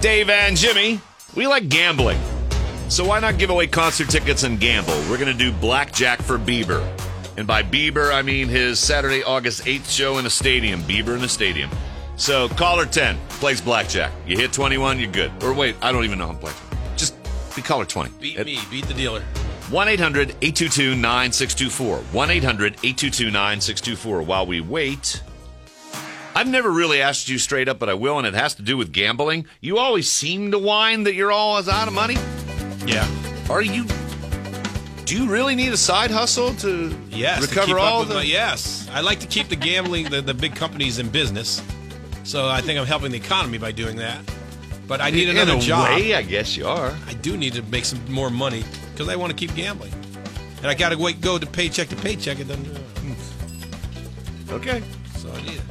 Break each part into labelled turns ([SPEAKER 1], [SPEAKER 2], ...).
[SPEAKER 1] Dave and Jimmy, we like gambling. So why not give away concert tickets and gamble? We're going to do blackjack for Bieber. And by Bieber, I mean his Saturday, August 8th show in a stadium. Bieber in a stadium. So caller 10 plays blackjack. You hit 21, you're good. Or wait, I don't even know how to play. Just be caller 20.
[SPEAKER 2] Beat me, beat the dealer.
[SPEAKER 1] 1 800 822 9624. 1 800 822 9624. While we wait, I've never really asked you straight up, but I will, and it has to do with gambling. You always seem to whine that you're always out of money.
[SPEAKER 2] Yeah.
[SPEAKER 1] Are you. Do you really need a side hustle to
[SPEAKER 2] Yes. to keep
[SPEAKER 1] recover
[SPEAKER 2] up
[SPEAKER 1] all
[SPEAKER 2] with
[SPEAKER 1] the.
[SPEAKER 2] my- yes. I like to keep the gambling, the, the big companies in business. So I think I'm helping the economy by doing that. But I need another
[SPEAKER 1] In a
[SPEAKER 2] job.
[SPEAKER 1] way, I guess you are.
[SPEAKER 2] I do need to make some more money because I want to keep gambling. And I got to wait, go to paycheck to paycheck. It doesn't. hmm,
[SPEAKER 1] Okay.
[SPEAKER 2] So I need it.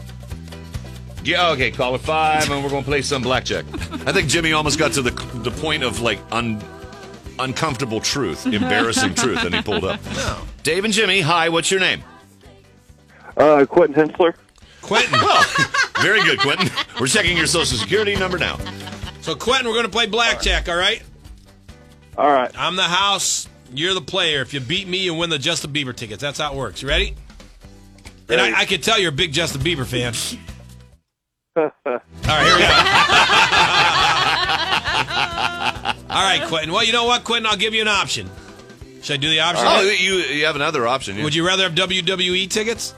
[SPEAKER 1] Yeah, okay, call it five, and we're going to play some blackjack. I think Jimmy almost got to the, the point of like un, uncomfortable truth, embarrassing truth, and he pulled up.
[SPEAKER 2] No.
[SPEAKER 1] Dave and Jimmy, hi, what's your name?
[SPEAKER 3] Uh, Quentin Hensler.
[SPEAKER 2] Quentin.
[SPEAKER 1] Well, Oh, very good, Quentin. We're checking your social security number now.
[SPEAKER 2] so Quentin, we're going to play blackjack. All right.
[SPEAKER 3] All right.
[SPEAKER 2] I'm the house. You're the player. If you beat me, you win the Justin Bieber tickets. That's how it works. You ready? And I, I can tell you're a big Justin Bieber fan. All right, here we go. All right, Quentin. Well, you know what, Quentin? I'll give you an option. Should I do the option?
[SPEAKER 1] Oh, you you have another option. yeah.
[SPEAKER 2] Would you rather have WWE tickets?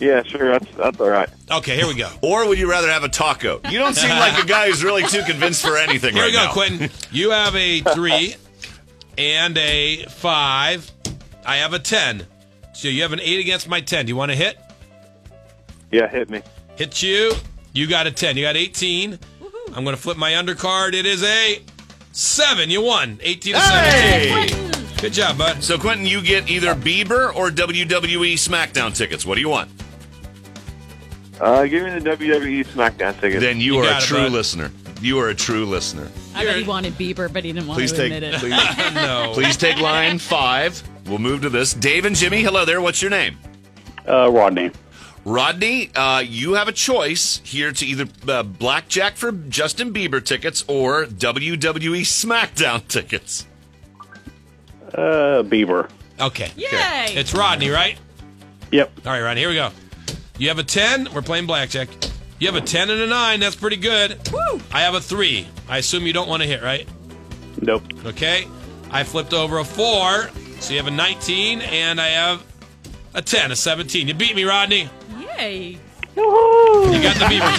[SPEAKER 3] Yeah, sure. That's that's all right.
[SPEAKER 2] Okay, here we go.
[SPEAKER 1] or would you rather have a taco? You don't seem like a guy who's really too convinced for anything
[SPEAKER 2] Here
[SPEAKER 1] right
[SPEAKER 2] we go,
[SPEAKER 1] now.
[SPEAKER 2] Quentin. You have a three and a five. I have a ten. So you have an eight against my ten. Do you want to hit?
[SPEAKER 3] Yeah, hit me.
[SPEAKER 2] Hit you. You got a 10. You got 18. I'm going to flip my undercard. It is a 7. You won. 18 to 17.
[SPEAKER 1] Hey!
[SPEAKER 2] Good job, bud.
[SPEAKER 1] So, Quentin, you get either Bieber or WWE SmackDown tickets. What do you want?
[SPEAKER 3] Uh, give me the WWE SmackDown ticket.
[SPEAKER 1] Then you,
[SPEAKER 2] You
[SPEAKER 1] are a
[SPEAKER 2] got it,
[SPEAKER 1] true
[SPEAKER 2] bud.
[SPEAKER 1] listener. You are a true listener.
[SPEAKER 4] I bet he wanted Bieber, but he didn't want
[SPEAKER 1] Please
[SPEAKER 4] to
[SPEAKER 1] take
[SPEAKER 4] admit it.
[SPEAKER 1] please,
[SPEAKER 2] No.
[SPEAKER 1] please take line five. We'll move to this. Dave and Jimmy, hello there. What's your name?
[SPEAKER 3] uh, Rodney.
[SPEAKER 1] Rodney, uh, you have a choice here to either uh, blackjack for Justin Bieber tickets or WWE SmackDown tickets.
[SPEAKER 3] Uh, Bieber.
[SPEAKER 2] Okay.
[SPEAKER 4] Yay!
[SPEAKER 2] It's Rodney, right?
[SPEAKER 3] Yep.
[SPEAKER 2] All right, Rodney. Here we go. You have a 10. We're playing blackjack. You have a 10 and a 9. That's pretty good. Woo! I have a 3. I assume you don't want to hit, right?
[SPEAKER 3] Nope.
[SPEAKER 2] Okay. I flipped over a 4. So you have a 19, and I have a 10, a 17. You beat me, Rodney.
[SPEAKER 4] Yay!
[SPEAKER 2] You got the Beaver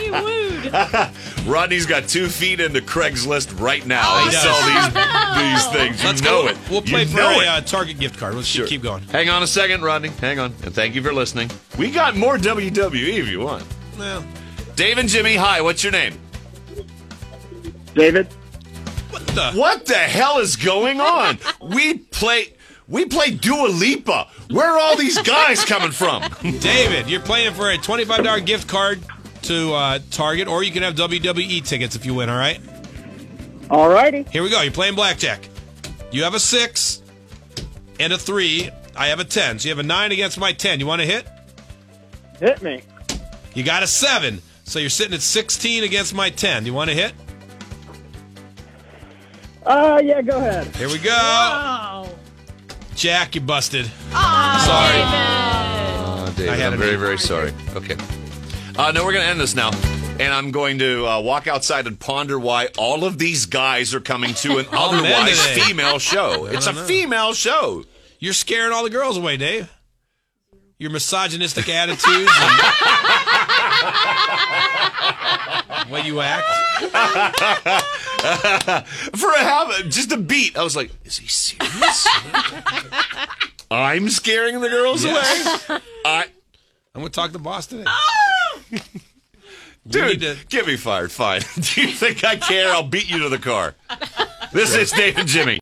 [SPEAKER 2] tickets.
[SPEAKER 4] He wooed.
[SPEAKER 1] Rodney's got two feet into Craigslist right now.
[SPEAKER 2] he
[SPEAKER 1] he
[SPEAKER 2] does.
[SPEAKER 1] sells these, these things. You
[SPEAKER 2] Oh, Let's
[SPEAKER 1] know
[SPEAKER 2] go.
[SPEAKER 1] it.
[SPEAKER 2] We'll play
[SPEAKER 1] you
[SPEAKER 2] for
[SPEAKER 1] know
[SPEAKER 2] a
[SPEAKER 1] it.
[SPEAKER 2] uh, Target gift card. Let's
[SPEAKER 1] Sure.
[SPEAKER 2] keep going.
[SPEAKER 1] Hang on a second, Rodney. Hang on. And thank you for listening. We got more WWE if you want.
[SPEAKER 2] Well,
[SPEAKER 1] Dave and Jimmy, hi. What's your name?
[SPEAKER 3] David.
[SPEAKER 2] what the?
[SPEAKER 1] What the hell is going on? We play we play Dua Lipa. Where are all these guys coming from?
[SPEAKER 2] David, you're playing for a $25 gift card to uh, Target, or you can have WWE tickets if you win, all right?
[SPEAKER 3] All righty.
[SPEAKER 2] Here we go. You're playing blackjack. You have a six and a three. I have a 10. So you have a nine against my 10. You want to hit?
[SPEAKER 3] Hit me.
[SPEAKER 2] You got a seven. So you're sitting at 16 against my 10. You want to hit?
[SPEAKER 3] Uh, yeah. Go ahead.
[SPEAKER 2] Here we go.
[SPEAKER 4] Oh,
[SPEAKER 2] Jack, you busted.
[SPEAKER 4] David.
[SPEAKER 2] Sorry. I
[SPEAKER 1] I'm
[SPEAKER 2] had it.
[SPEAKER 1] very, very sorry. Okay. Uh, no, we're going to end this now. And I'm going to uh, walk outside and ponder why all of these guys are coming to an
[SPEAKER 2] men
[SPEAKER 1] otherwise
[SPEAKER 2] today.
[SPEAKER 1] female show. It's a
[SPEAKER 2] know.
[SPEAKER 1] female show.
[SPEAKER 2] You're scaring all the girls away, Dave. Your misogynistic attitudes and way you act.
[SPEAKER 1] For a half, just a beat. I was like, is he serious? I'm scaring the girls away. I,
[SPEAKER 2] I'm going to talk to boss today.
[SPEAKER 1] dude,
[SPEAKER 2] need to-
[SPEAKER 1] get me fired. Fine. Do you think I care? I'll beat you to the car. This is Dave and Jimmy.